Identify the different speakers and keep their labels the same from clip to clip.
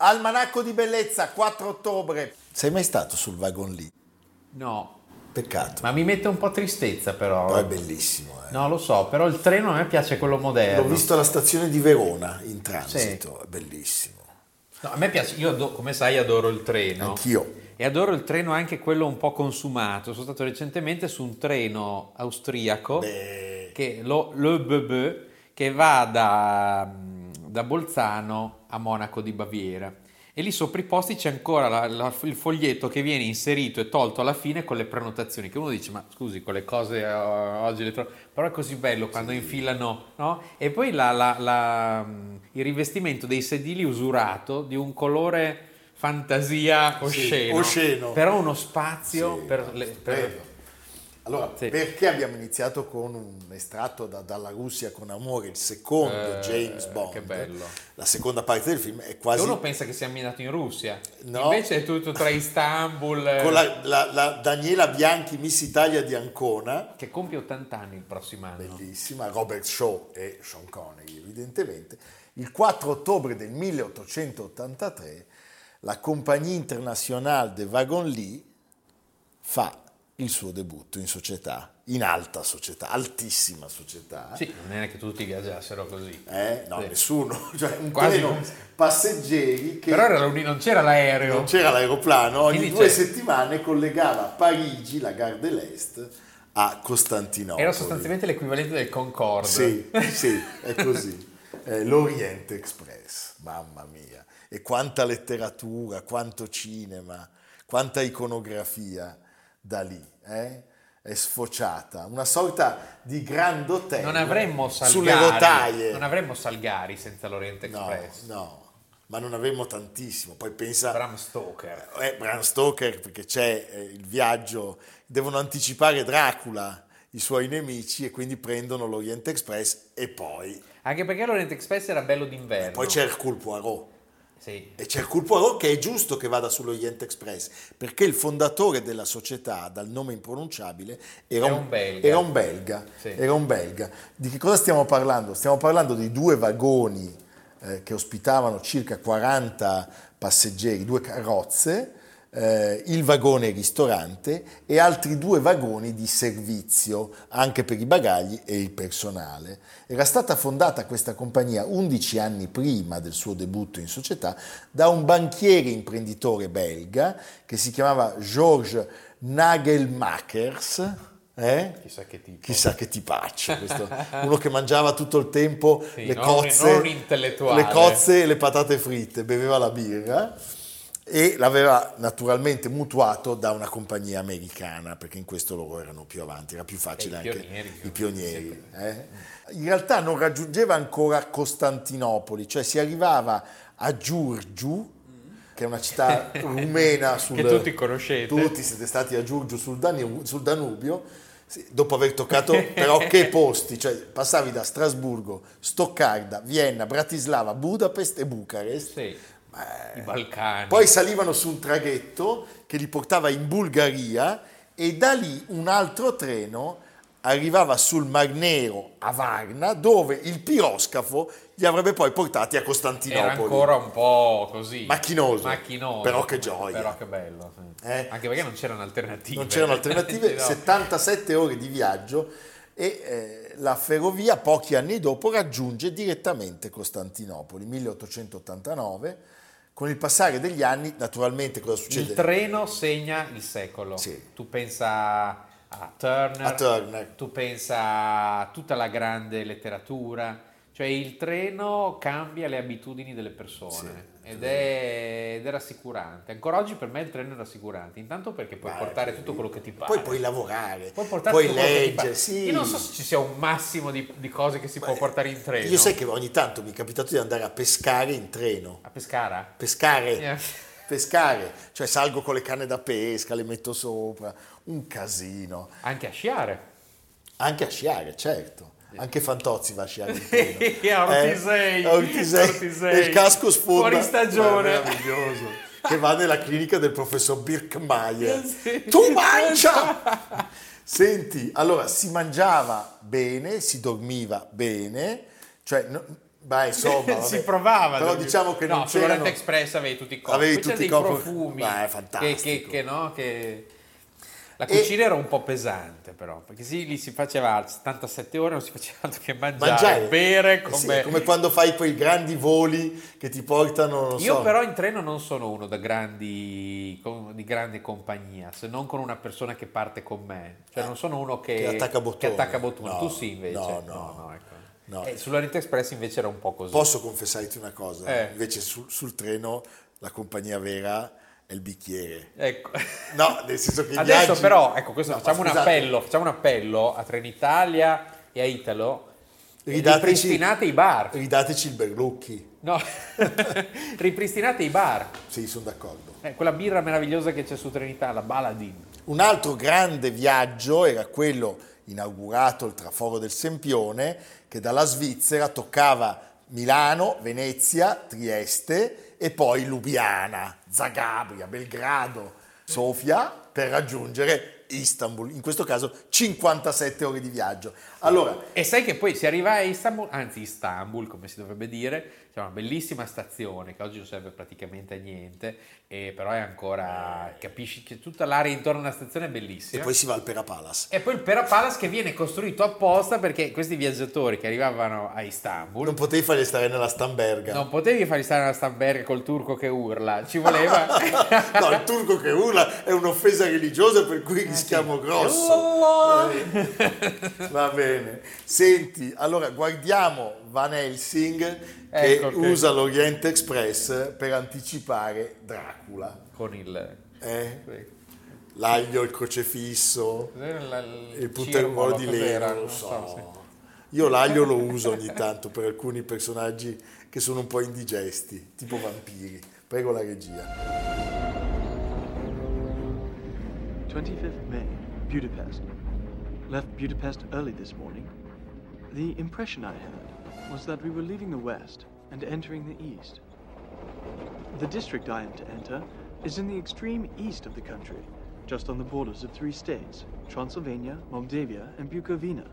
Speaker 1: Almanacco di Bellezza, 4 ottobre. Sei mai stato sul wagon lì?
Speaker 2: No,
Speaker 1: Peccato.
Speaker 2: ma mi mette un po' tristezza però.
Speaker 1: Però è bellissimo. eh.
Speaker 2: No, eh, lo so, però il treno a me piace quello moderno.
Speaker 1: L'ho visto alla stazione di Verona in transito, è bellissimo.
Speaker 2: No, a me piace, io ado- come sai adoro il treno.
Speaker 1: Anch'io.
Speaker 2: E adoro il treno anche quello un po' consumato. Sono stato recentemente su un treno austriaco,
Speaker 1: Beh.
Speaker 2: che lo, le Bebe, che va da, da Bolzano a Monaco di Baviera. E lì sopra i posti c'è ancora la- la- il foglietto che viene inserito e tolto alla fine con le prenotazioni. Che uno dice: Ma scusi, con le cose eh, oggi le trovo. Però è così bello quando infilano, no? E poi la- la- la- il rivestimento dei sedili usurato di un colore fantasia osceno.
Speaker 1: osceno.
Speaker 2: Però uno spazio
Speaker 1: Sì,
Speaker 2: per, le, per-
Speaker 1: prego. Allora,
Speaker 2: Sì.
Speaker 1: perché abbiamo iniziato con un estratto da- dalla Russia con amore, il secondo
Speaker 2: Eh,
Speaker 1: James Bond?
Speaker 2: che bello.
Speaker 1: La seconda parte del film è
Speaker 2: E
Speaker 1: quasi
Speaker 2: Uno pensa che sia minato in Russia,
Speaker 1: No.
Speaker 2: invece è tutto tra Istanbul, eh,
Speaker 1: con la, la- la Daniela Bianchi, Miss Italia di Ancona,
Speaker 2: che compie 80 anni il prossimo anno.
Speaker 1: bellissima, Robert Shaw e Sean Connery, evidentemente. Il 4 ottobre del 1883 la Compagnie Internationale de Wagon Lee fa il suo debutto in società, in alta società, altissima società.
Speaker 2: Sì, non era che tutti viaggiassero così.
Speaker 1: Eh? No,
Speaker 2: Sì.
Speaker 1: nessuno, cioè un
Speaker 2: Quasi.
Speaker 1: treno passeggeri che
Speaker 2: Però era l'uni- non c'era l'aereo.
Speaker 1: non c'era l'aeroplano, ogni
Speaker 2: Quindi
Speaker 1: due
Speaker 2: c'è-
Speaker 1: settimane collegava Parigi, la Gare de l'Est, a Costantinopoli.
Speaker 2: Era sostanzialmente l'equivalente del Concorde.
Speaker 1: Sì, sì, è così. Eh, L'Oriente Express, mamma mia. E quanta letteratura, quanto cinema, quanta iconografia da lì, eh? È sfociata, una sorta di grand hotel
Speaker 2: Non avremmo Salgari.
Speaker 1: Eh, sulle rotaie.
Speaker 2: Non avremmo Salgari senza l'Oriente
Speaker 1: No,
Speaker 2: Express.
Speaker 1: no, ma non avremmo tantissimo. Poi pensa
Speaker 2: Bram Stoker.
Speaker 1: eh, Bram Stoker perché c'è eh, il viaggio, devono anticipare Dracula, i suoi nemici e quindi prendono l'Oriente Express e poi,
Speaker 2: Anche perché l'Oriente Express era bello d'inverno.
Speaker 1: poi c'è Hercule Poirot.
Speaker 2: Sì.
Speaker 1: E c'è Hercule Poirot che è giusto che vada sull'Orient Express, perché il fondatore della società, dal nome impronunciabile, era,
Speaker 2: Era un belga.
Speaker 1: era un belga,
Speaker 2: Sì.
Speaker 1: era un belga. Di che cosa stiamo parlando? Stiamo parlando di due vagoni eh, che ospitavano circa 40 passeggeri, due carrozze, eh, il vagone ristorante e altri due vagoni di servizio, anche per i bagagli e il personale. Era stata fondata questa compagnia 11 anni prima del suo debutto in società da un banchiere imprenditore belga che si chiamava Georges Nagelmakers. eh?
Speaker 2: Chissà che tipo.
Speaker 1: Chissà che tipaccio, questo. uno che mangiava tutto il tempo
Speaker 2: Sì,
Speaker 1: le
Speaker 2: non-
Speaker 1: cozze,
Speaker 2: non intellettuale.
Speaker 1: le cozze e le patate fritte, beveva la birra e l'aveva naturalmente mutuato da una compagnia americana perché in questo loro erano più avanti, era più facile
Speaker 2: E i
Speaker 1: anche
Speaker 2: pionieri,
Speaker 1: i pionieri. eh. In realtà non raggiungeva ancora Costantinopoli, cioè si arrivava a Giurgiu, che è una città rumena sul,
Speaker 2: Che tutti conoscete.
Speaker 1: tutti siete stati a Giurgiu sul, Danu- sul Danubio, sì, dopo aver toccato però che posti, cioè passavi da Strasburgo, Stoccarda, Vienna, Bratislava, Budapest e Bucarest.
Speaker 2: Sì.
Speaker 1: Ma-
Speaker 2: I Balcani.
Speaker 1: Poi salivano su un traghetto che li portava in Bulgaria e da lì un altro treno arrivava sul Mar Nero a Varna dove il piroscafo li avrebbe poi portati a
Speaker 2: era
Speaker 1: Costantinopoli.
Speaker 2: ancora un po' così.
Speaker 1: Macchinoso.
Speaker 2: Macchinoso.
Speaker 1: Però che gioia.
Speaker 2: Però che bello. sì.
Speaker 1: Eh.
Speaker 2: Anche perché non c'erano alternative.
Speaker 1: Non c'erano alternative,
Speaker 2: No.
Speaker 1: 77 ore di viaggio e eh, la ferrovia pochi anni dopo raggiunge direttamente Costantinopoli, 1889. Con il passare degli anni, naturalmente cosa
Speaker 2: Il
Speaker 1: succede?
Speaker 2: treno segna il secolo.
Speaker 1: Sì.
Speaker 2: Tu pensa a Turner,
Speaker 1: A Turner. ecco.
Speaker 2: tu pensa a tutta la grande letteratura, cioè il treno cambia le abitudini delle persone
Speaker 1: Sì,
Speaker 2: ed, è, ed è rassicurante. Ancora oggi per me il treno è rassicurante, intanto perché puoi
Speaker 1: Vai,
Speaker 2: portare
Speaker 1: quindi.
Speaker 2: tutto quello che ti pare.
Speaker 1: Poi puoi lavorare,
Speaker 2: Puoi portare
Speaker 1: puoi
Speaker 2: tutto quello che ti
Speaker 1: leggere.
Speaker 2: pare.
Speaker 1: Sì.
Speaker 2: Io non so se ci sia un massimo di, di cose che si può
Speaker 1: Beh,
Speaker 2: portare in treno.
Speaker 1: Io sai che ogni tanto mi è capitato di andare a pescare in treno.
Speaker 2: A Pescara?
Speaker 1: Pescare,
Speaker 2: Eh.
Speaker 1: pescare, cioè salgo con le canne da pesca, le metto sopra, un casino.
Speaker 2: Anche a sciare.
Speaker 1: Anche a sciare, certo. Anche Fantozzi va a sciare in treno.
Speaker 2: A Ortisei,
Speaker 1: a Ortisei.
Speaker 2: Ortisei.
Speaker 1: E il casco sfonda.
Speaker 2: Fuori stagione.
Speaker 1: Ma è meraviglioso. Che va nella clinica del professor Birkmeier.
Speaker 2: Sì.
Speaker 1: Tu mangia! Senti, allora si mangiava bene, si dormiva bene, cioè... no- beh, insomma, Oh,
Speaker 2: si
Speaker 1: vabbè.
Speaker 2: provava
Speaker 1: Però
Speaker 2: ad-
Speaker 1: diciamo che
Speaker 2: no,
Speaker 1: non
Speaker 2: sull'Oriente
Speaker 1: c'erano...
Speaker 2: Express avevi tutti i corpi
Speaker 1: Avevi
Speaker 2: Poi
Speaker 1: tutti i
Speaker 2: c'erano dei
Speaker 1: corpi.
Speaker 2: profumi
Speaker 1: Ma è
Speaker 2: che, che,
Speaker 1: fantastico.
Speaker 2: che no che la
Speaker 1: E-
Speaker 2: cucina era un po' pesante però perché sì lì si faceva 77 ore non si faceva altro che mangiare,
Speaker 1: Mangiare,
Speaker 2: bere
Speaker 1: Eh sì,
Speaker 2: come,
Speaker 1: è come quando fai quei grandi voli che ti portano, non
Speaker 2: io
Speaker 1: so,
Speaker 2: però in treno non sono uno da grandi com- di grande compagnia se non con una persona che parte con me cioè non sono uno che,
Speaker 1: Che attacca bottone.
Speaker 2: che attacca bottone.
Speaker 1: No,
Speaker 2: tu sì invece
Speaker 1: no, no.
Speaker 2: ecco.
Speaker 1: No.
Speaker 2: Eh, sull'Oriente Express invece era un po' così
Speaker 1: Posso confessarti una cosa?
Speaker 2: Eh.
Speaker 1: Invece sul, sul treno la compagnia vera è il bicchiere.
Speaker 2: ecco
Speaker 1: No, nel senso che i
Speaker 2: Adesso
Speaker 1: viaggi-
Speaker 2: però, ecco, questo
Speaker 1: No,
Speaker 2: facciamo,
Speaker 1: ma
Speaker 2: un
Speaker 1: scusate,
Speaker 2: appello, facciamo un appello a Trenitalia e a Italo.
Speaker 1: Ridateci-
Speaker 2: Ripristinate i bar.
Speaker 1: Ridateci il Berlucchi.
Speaker 2: No, ripristinate i bar.
Speaker 1: Sì, sono d'accordo.
Speaker 2: Eh, quella birra meravigliosa che c'è su Trenitalia, la Baladin.
Speaker 1: Un altro grande viaggio era quello inaugurato il traforo del Sempione che dalla Svizzera toccava Milano, Venezia, Trieste e poi Lubiana, Zagabria, Belgrado, Sofia per raggiungere Istanbul, in questo caso 57 ore di viaggio. Allora,
Speaker 2: E sai che poi si arriva a Istanbul, anzi Istanbul come si dovrebbe dire, c'è una bellissima stazione che oggi non serve praticamente a niente, e però è ancora, capisci che tutta l'area intorno alla stazione è
Speaker 1: e
Speaker 2: bellissima.
Speaker 1: poi si va al Pera Palace.
Speaker 2: E poi il Pera Palace che viene costruito apposta perché questi viaggiatori che arrivavano a Istanbul
Speaker 1: Non potevi farli stare nella Stamberga.
Speaker 2: Non potevi fargli stare una stamberga col turco che urla, ci voleva.
Speaker 1: no, il turco che urla è un'offesa religiosa per cui rischiamo grosso.
Speaker 2: Allah!
Speaker 1: Eh, Va bene. Senti, allora guardiamo Van Helsing che
Speaker 2: Ecco che-
Speaker 1: usa l'Oriente Express per anticipare Dracula.
Speaker 2: Con il...
Speaker 1: eh?
Speaker 2: cos'è?
Speaker 1: L'aglio, il crocefisso,
Speaker 2: Cos'era la- il,
Speaker 1: il punteruolo di
Speaker 2: lero,
Speaker 1: Lero, lo so. Io l'aglio lo uso ogni tanto per alcuni personaggi che sono un po' indigesti, tipo vampiri. Prego la regia.
Speaker 3: 25th May, Budapest. Left Budapest early this morning. The impression I had was that we were leaving the west and entering the east. The district I am to enter is in the extreme east of the country, just on the borders of three states Transylvania, Moldavia, and Bukovina,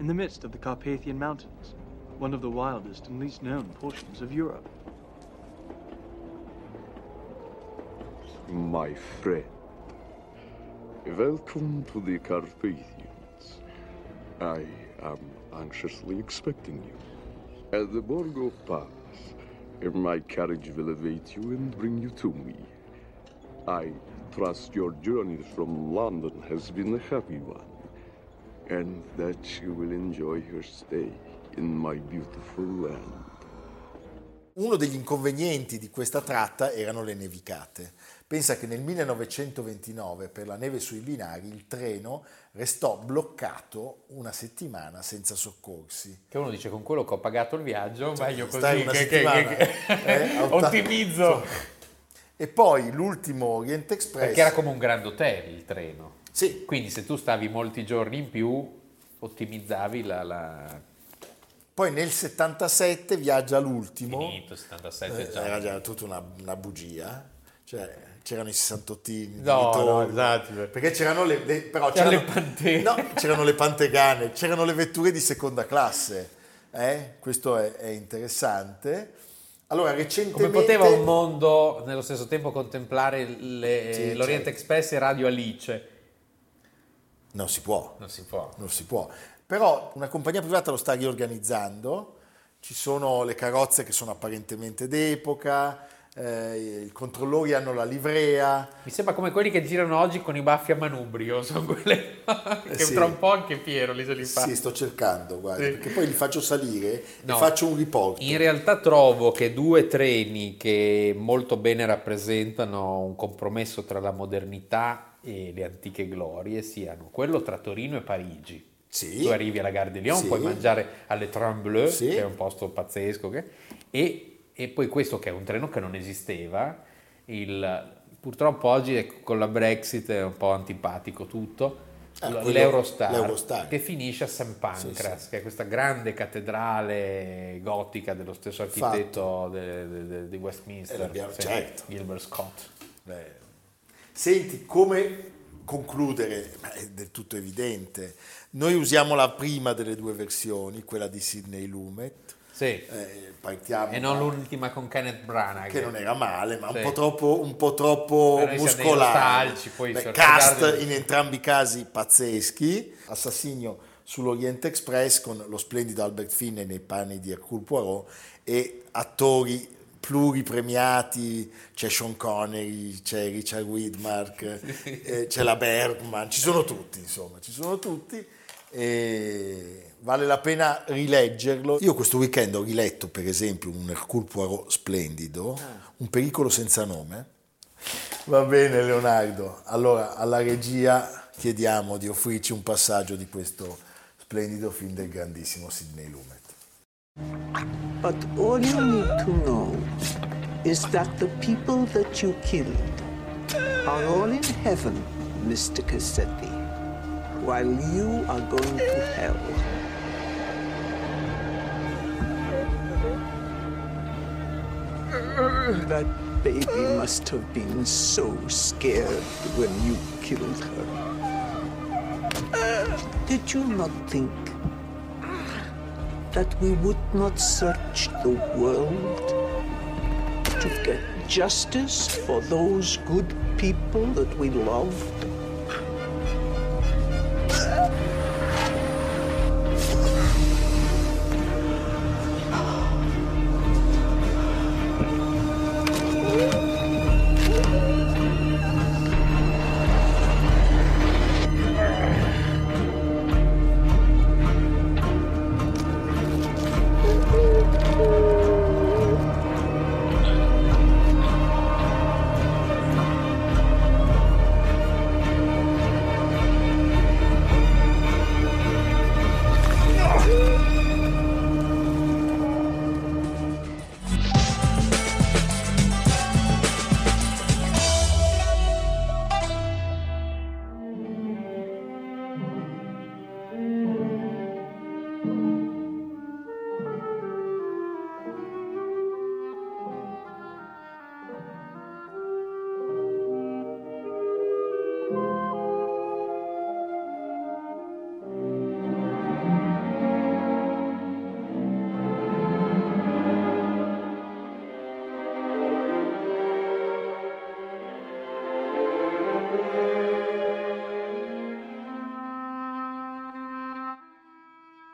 Speaker 3: in the midst of the Carpathian Mountains, one of the wildest and least known portions of Europe.
Speaker 4: My friend, welcome to the Carpathians. I am anxiously expecting you. At the Borgo Pass, my carriage will await you and bring you to me. I trust your journey from London has been a happy one, and that you will enjoy your stay in my beautiful land.
Speaker 1: Uno degli inconvenienti di questa tratta erano le nevicate. Pensa che nel 1929 per la neve sui binari il treno restò bloccato una settimana senza soccorsi.
Speaker 2: Che uno dice con quello che ho pagato il viaggio, meglio
Speaker 1: Cioè, stai
Speaker 2: così
Speaker 1: una
Speaker 2: che, che-
Speaker 1: settimana,
Speaker 2: che-
Speaker 1: eh, a ottanta-
Speaker 2: ottimizzo.
Speaker 1: E poi l'ultimo Orient Express.
Speaker 2: Perché era come un grand hotel il treno.
Speaker 1: Sì,
Speaker 2: Quindi se tu stavi molti giorni in più, ottimizzavi la... la...
Speaker 1: poi nel 77 viaggia l'ultimo.
Speaker 2: Finito, 77
Speaker 1: Eh,
Speaker 2: già.
Speaker 1: Era già tutta una, una bugia. Cioè, c'erano i 68
Speaker 2: No, no, esatto.
Speaker 1: Perché c'erano le, le- però
Speaker 2: C'erano
Speaker 1: c'erano-
Speaker 2: le pante-
Speaker 1: No, c'erano le pantegane, c'erano le vetture di seconda classe. eh? Questo è, è interessante. Allora,
Speaker 2: Come
Speaker 1: recentemente...
Speaker 2: poteva un mondo nello stesso tempo contemplare le-
Speaker 1: Sì,
Speaker 2: l'Oriente
Speaker 1: certo.
Speaker 2: Express e Radio Alice?
Speaker 1: Non si può,
Speaker 2: Non si può.
Speaker 1: non si può. Però una compagnia privata lo sta riorganizzando, ci sono le carrozze che sono apparentemente d'epoca, eh, i controllori hanno la livrea,
Speaker 2: Mi sembra come quelli che girano oggi con i baffi a manubrio, sono quelle che
Speaker 1: Eh, sì.
Speaker 2: tra un po' anche Piero li se li fa.
Speaker 1: Sì, sto cercando, guarda,
Speaker 2: Sì.
Speaker 1: perché poi li faccio salire
Speaker 2: No.
Speaker 1: e faccio un riporto.
Speaker 2: In realtà trovo che due treni che molto bene rappresentano un compromesso tra la modernità e le antiche glorie siano quello tra Torino e Parigi.
Speaker 1: Sì.
Speaker 2: Tu arrivi alla Gare de Lyon,
Speaker 1: Sì.
Speaker 2: puoi mangiare alle Trembleu,
Speaker 1: Sì.
Speaker 2: che è un posto pazzesco, che- e, e poi questo che è un treno che non esisteva, il- purtroppo oggi è- con la Brexit è un po' antipatico tutto,
Speaker 1: Ah,
Speaker 2: l-
Speaker 1: quello-
Speaker 2: l'Eurostar,
Speaker 1: l'Eurostar.
Speaker 2: che finisce a St. Pancras, che è questa grande cattedrale gotica dello stesso architetto de- de- de- di Westminster,
Speaker 1: Eh, l'abbiamo-
Speaker 2: sì,
Speaker 1: certo.
Speaker 2: Gilbert Scott.
Speaker 1: Beh, Senti, come concludere? Ma è del tutto evidente. Noi usiamo la prima delle due versioni, quella di Sidney Lumet.
Speaker 2: Sì,
Speaker 1: Eh, partiamo
Speaker 2: e non
Speaker 1: da-
Speaker 2: l'ultima con Kenneth Branagh.
Speaker 1: che non era male, ma
Speaker 2: Sì.
Speaker 1: un po' troppo, un po' troppo
Speaker 2: Però noi siamo dei
Speaker 1: muscolare.
Speaker 2: nostalgici, poi
Speaker 1: Beh,
Speaker 2: per
Speaker 1: cast
Speaker 2: guardarli-
Speaker 1: in entrambi i casi pazzeschi. Assassino sull'Oriente Express con lo splendido Albert Finney nei panni di Hercule Poirot e attori pluripremiati, c'è Sean Connery, c'è Richard Widmark, eh, c'è la Bergman, ci sono tutti, insomma, ci sono tutti e vale la pena rileggerlo. Io questo weekend ho riletto, per esempio, un Hercule Poirot splendido,
Speaker 2: Ah.
Speaker 1: Un pericolo senza nome. Va bene Leonardo, allora alla regia chiediamo di offrirci un passaggio di questo splendido film del grandissimo Sidney Lumet.
Speaker 5: But all you need to know is that the people that you killed are all in heaven, Mr. Cassetti, while you are going to hell. That baby must have been so scared when you killed her. Did you not think that we would not search the world to get justice for those good people that we loved?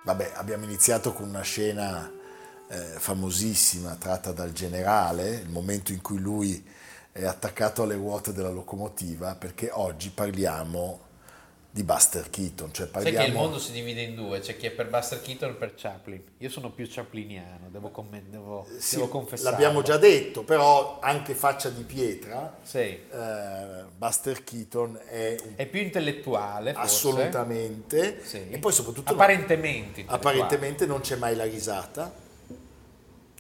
Speaker 1: Vabbè, abbiamo iniziato con una scena eh, famosissima tratta dal generale, il momento in cui lui è attaccato alle ruote della locomotiva, perché oggi parliamo di Buster Keaton, cioè
Speaker 2: Sai
Speaker 1: parliamo...
Speaker 2: che il mondo si divide in due, c'è chi è per Buster Keaton e per Chaplin. Io sono più chapliniano, devo, confessare. devo,
Speaker 1: Eh, Sì,
Speaker 2: devo confessarlo.
Speaker 1: l'abbiamo già detto, però anche faccia di pietra,
Speaker 2: Sì.
Speaker 1: eh, Buster Keaton è un
Speaker 2: È più intellettuale, forse.
Speaker 1: assolutamente
Speaker 2: Sì.
Speaker 1: e poi soprattutto non-
Speaker 2: Apparentemente. intellettuale.
Speaker 1: apparentemente non c'è mai la risata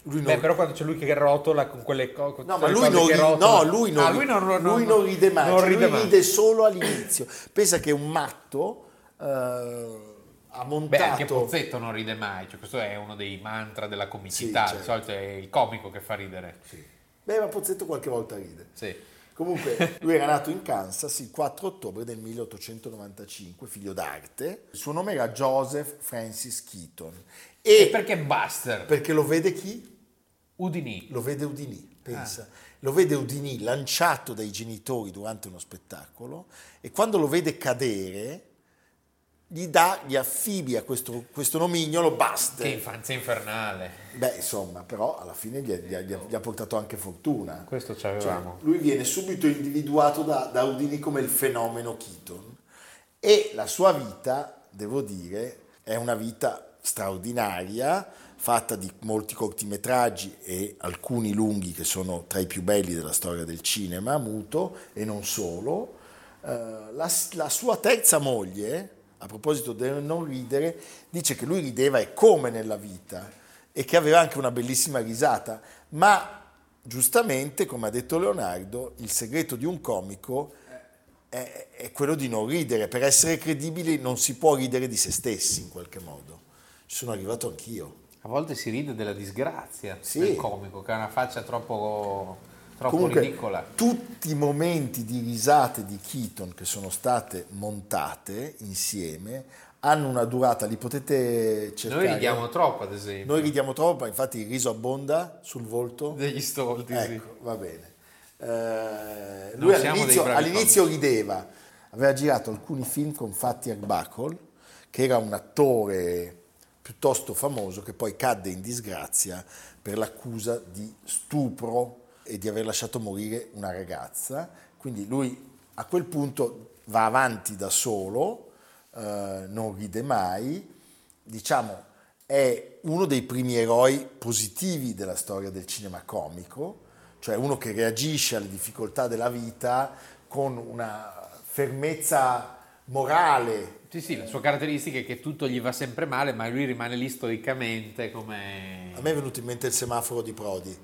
Speaker 1: lui non,
Speaker 2: Beh, però quando c'è lui che rotola con quelle cose. Ah,
Speaker 1: no, ma lui non, ri- no, lui non,
Speaker 2: lui non, non-
Speaker 1: lui non ride mai
Speaker 2: non
Speaker 1: cioè,
Speaker 2: ride
Speaker 1: lui
Speaker 2: mai.
Speaker 1: ride solo all'inizio pensa che un matto eh, ha
Speaker 2: Beh, anche
Speaker 1: montato
Speaker 2: Pozzetto non ride mai, cioè, questo è uno dei mantra della comicità,
Speaker 1: Sì,
Speaker 2: di
Speaker 1: certo.
Speaker 2: solito è il comico che fa ridere.
Speaker 1: beh ma Pozzetto qualche volta ride
Speaker 2: Sì.
Speaker 1: Comunque, lui era nato in Kansas il 4 ottobre del 1895, figlio d'arte. Il suo nome era Joseph Francis Keaton. E,
Speaker 2: E perché Buster?
Speaker 1: perché lo vede chi?
Speaker 2: Udini.
Speaker 1: Lo vede Udinì, pensa. Lo vede Udinì lanciato dai genitori durante uno spettacolo e quando lo vede cadere gli dà, gli affibia questo, questo nomignolo, basta.
Speaker 2: Che infanzia infernale.
Speaker 1: Beh, insomma, però alla fine gli, gli- gli- gli ha portato anche fortuna.
Speaker 2: Questo ci
Speaker 1: Cioè,
Speaker 2: avevamo.
Speaker 1: lui viene subito individuato da, da Houdini come il fenomeno Keaton e la sua vita, devo dire, è una vita straordinaria, fatta di molti cortometraggi e alcuni lunghi che sono tra i più belli della storia del cinema, muto e non solo. Eh, la, la sua terza moglie, a proposito del non ridere, dice che lui rideva e come nella vita e che aveva anche una bellissima risata, ma giustamente, come ha detto Leonardo, il segreto di un comico è, è quello di non ridere. Per essere credibili non si può ridere di se stessi in qualche modo. Ci sono arrivato anch'io.
Speaker 2: Cioè, A volte si ride della disgrazia
Speaker 1: Sì.
Speaker 2: del comico, che ha una faccia troppo, troppo
Speaker 1: Comunque,
Speaker 2: ridicola.
Speaker 1: tutti i momenti di risate di Keaton che sono state montate insieme hanno una durata, li potete cercare.
Speaker 2: Noi ridiamo troppo, ad esempio.
Speaker 1: Noi ridiamo troppo, infatti il riso abbonda sul volto.
Speaker 2: Degli stolti, sì.
Speaker 1: Ecco, va bene. Eh, lui
Speaker 2: siamo dei
Speaker 1: all'inizio,
Speaker 2: bravi
Speaker 1: all'inizio rideva, aveva girato alcuni film con Fatty Arbuckle, che era un attore piuttosto famoso che poi cadde in disgrazia per l'accusa di stupro e di aver lasciato morire una ragazza. Quindi lui a quel punto va avanti da solo, eh, non ride mai, diciamo è uno dei primi eroi positivi della storia del cinema comico, cioè uno che reagisce alle difficoltà della vita con una fermezza morale.
Speaker 2: Sì, sì, la sua caratteristica è che tutto gli va sempre male, ma lui rimane lì stoicamente come...
Speaker 1: A me è venuto in mente il semaforo di Prodi,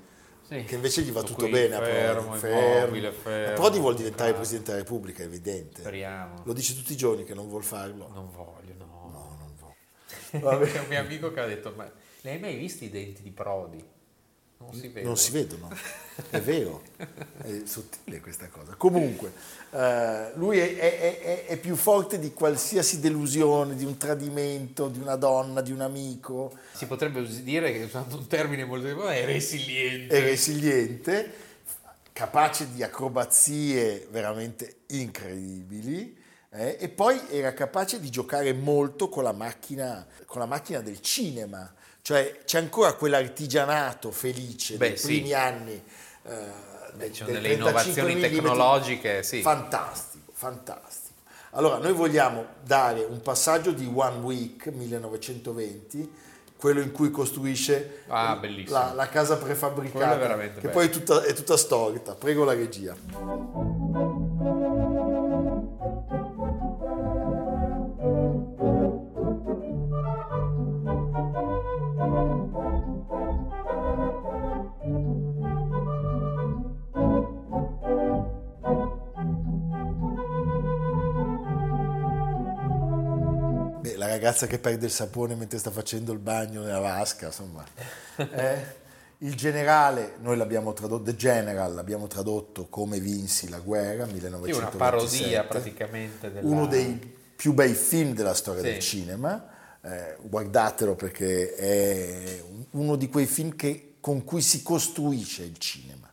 Speaker 2: Sì.
Speaker 1: che invece gli va
Speaker 2: Sto
Speaker 1: tutto
Speaker 2: qui
Speaker 1: bene a
Speaker 2: fermo,
Speaker 1: Prodi.
Speaker 2: immobile, fermo.
Speaker 1: Prodi vuol diventare Presidente della Repubblica, è evidente.
Speaker 2: Speriamo.
Speaker 1: Lo dice tutti i giorni che non vuol farlo.
Speaker 2: Non voglio, no.
Speaker 1: No, non vuole.
Speaker 2: C'è un mio amico che ha detto, ma le hai mai visti i denti di Prodi? Non si vedono.
Speaker 1: Non si vedono, è vero, è sottile questa cosa. Comunque, eh, lui è, è- è- è- è più forte di qualsiasi delusione, di un tradimento, di una donna, di un amico,
Speaker 2: Si potrebbe us- dire che usando un termine molto è resiliente.
Speaker 1: è resiliente, capace di acrobazie veramente incredibili eh, e poi era capace di giocare molto con la macchina, con la macchina del cinema. Cioè c'è ancora quell'artigianato felice
Speaker 2: Beh,
Speaker 1: dei
Speaker 2: sì.
Speaker 1: primi anni. eh, del-
Speaker 2: ci sono
Speaker 1: del
Speaker 2: delle innovazioni
Speaker 1: 35 mm.
Speaker 2: tecnologiche, sì.
Speaker 1: Fantastico, fantastico. Allora, noi vogliamo dare un passaggio di One Week 1920, quello in cui costruisce
Speaker 2: Ah,
Speaker 1: la-
Speaker 2: bellissimo.
Speaker 1: la, casa
Speaker 2: Quello è
Speaker 1: prefabbricata, che
Speaker 2: veramente bello.
Speaker 1: poi è tutta, è tutta storta. Prego la regia. Beh, la ragazza che perde il sapone mentre sta facendo il bagno nella vasca, insomma. Eh, il generale, noi l'abbiamo tradotto, The General, l'abbiamo tradotto come vinsi la guerra,
Speaker 2: Sì,
Speaker 1: 1927.
Speaker 2: una parodia praticamente della...
Speaker 1: Uno dei più bei film della storia
Speaker 2: Sì.
Speaker 1: del cinema, Eh, guardatelo perché è un- uno di quei film che- con cui si costruisce il cinema.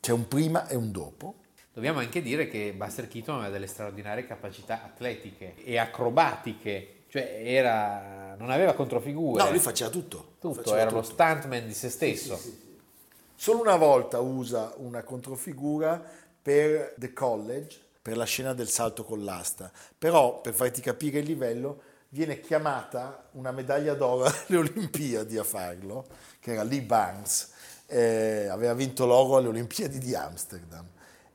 Speaker 1: C'è un prima e un dopo.
Speaker 2: Dobbiamo anche dire che Buster Keaton aveva delle straordinarie capacità atletiche e acrobatiche, cioè era... non aveva controfigure.
Speaker 1: No, lui faceva tutto.
Speaker 2: tutto,
Speaker 1: Faceva
Speaker 2: era uno stuntman di se stesso.
Speaker 1: Solo una volta usa una controfigura per The College, per la scena del salto con l'asta, però per farti capire il livello viene chiamata una medaglia d'oro alle Olimpiadi a farlo, che era Lee Barnes, eh, aveva vinto l'oro alle Olimpiadi di Amsterdam.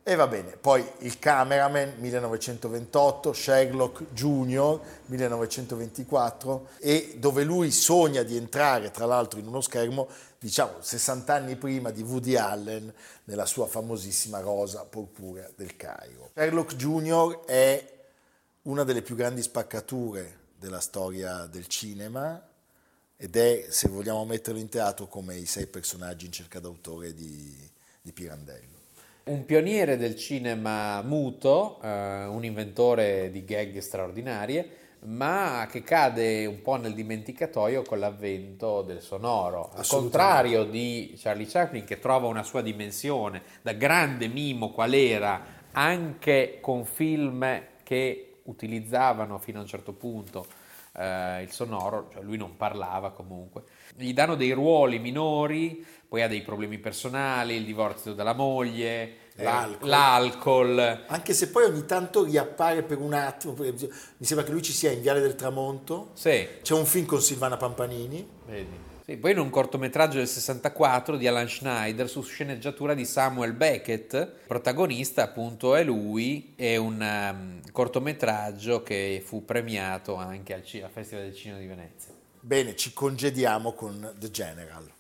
Speaker 1: E va bene, poi il cameraman 1928, Sherlock Jr. 1924 e dove lui sogna di entrare tra l'altro in uno schermo, diciamo 60 anni prima di Woody Allen nella sua famosissima rosa purpurea del Cairo. Sherlock Jr. è una delle più grandi spaccature della storia del cinema ed è, se vogliamo metterlo in teatro, come i sei personaggi in cerca d'autore di, di Pirandello.
Speaker 2: Un pioniere del cinema muto, eh, un inventore di gag straordinarie, ma che cade un po' nel dimenticatoio con l'avvento del sonoro. Al
Speaker 1: Assolutamente.
Speaker 2: contrario di Charlie Chaplin che trova una sua dimensione da grande mimo qual era anche con film che utilizzavano fino a un certo punto eh, il sonoro, cioè lui non parlava comunque. Gli danno dei ruoli minori, poi ha dei problemi personali, il divorzio dalla moglie, la-
Speaker 1: L'alcol.
Speaker 2: l'alcol.
Speaker 1: Anche se poi ogni tanto riappare per un attimo, perché bisog- mi sembra che lui ci sia in Viale del Tramonto.
Speaker 2: Sì,
Speaker 1: C'è un film con Silvana Pampanini.
Speaker 2: vedi. Sì, poi in un cortometraggio del 64 di Alan Schneider su sceneggiatura di Samuel Beckett, il protagonista appunto è lui, è un ehm, cortometraggio che fu premiato anche al, ci- al Festival del Cinema di Venezia.
Speaker 1: Bene, ci congediamo con The General.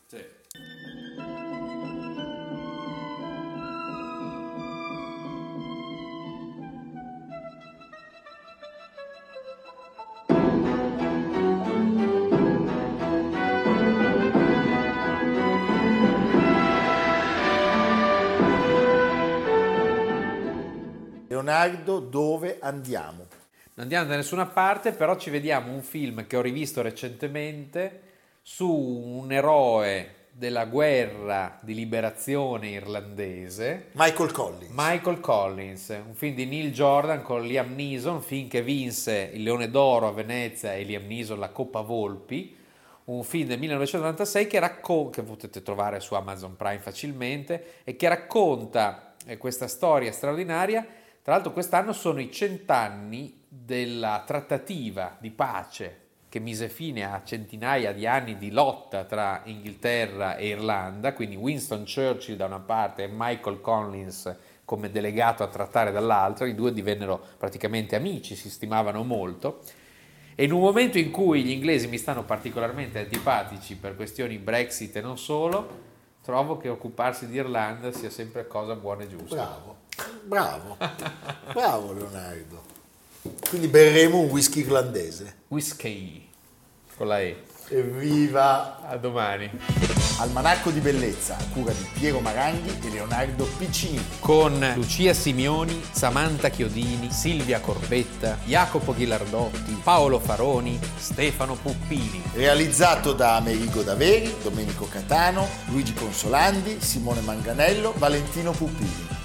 Speaker 1: Leonardo, dove andiamo?
Speaker 2: Non andiamo da nessuna parte, però ci vediamo un film che ho rivisto recentemente su un eroe della guerra di liberazione irlandese,
Speaker 1: Michael Collins.
Speaker 2: Michael Collins, un film di Neil Jordan con Liam Neeson, un film che vinse il Leone d'Oro a Venezia e Liam Neeson la Coppa Volpi, un film del 1996 che, raccon- che potete trovare su Amazon Prime facilmente e che racconta eh, questa storia straordinaria. Tra l'altro quest'anno sono i cent'anni della trattativa di pace che mise fine a centinaia di anni di lotta tra Inghilterra e Irlanda, quindi Winston Churchill da una parte e Michael Collins come delegato a trattare dall'altra, i due divennero praticamente amici, si stimavano molto. E in un momento in cui gli inglesi mi stanno particolarmente antipatici per questioni Brexit e non solo, trovo che occuparsi di Irlanda sia sempre cosa buona e giusta.
Speaker 1: Bravo, bravo, bravo Leonardo. Quindi berremo un whisky irlandese.
Speaker 2: Whiskey con la E.
Speaker 1: Evviva!
Speaker 2: A domani.
Speaker 1: Almanacco di bellezza a cura di Piero Maranghi e Leonardo Piccini.
Speaker 2: con Lucia Simioni, Samantha Chiodini, Silvia Corbetta, Jacopo Ghilardotti, Paolo Faroni, Stefano Puppini.
Speaker 1: Realizzato da Amerigo Daveri, Domenico Catano, Luigi Consolandi, Simone Manganello, Valentino Pupini.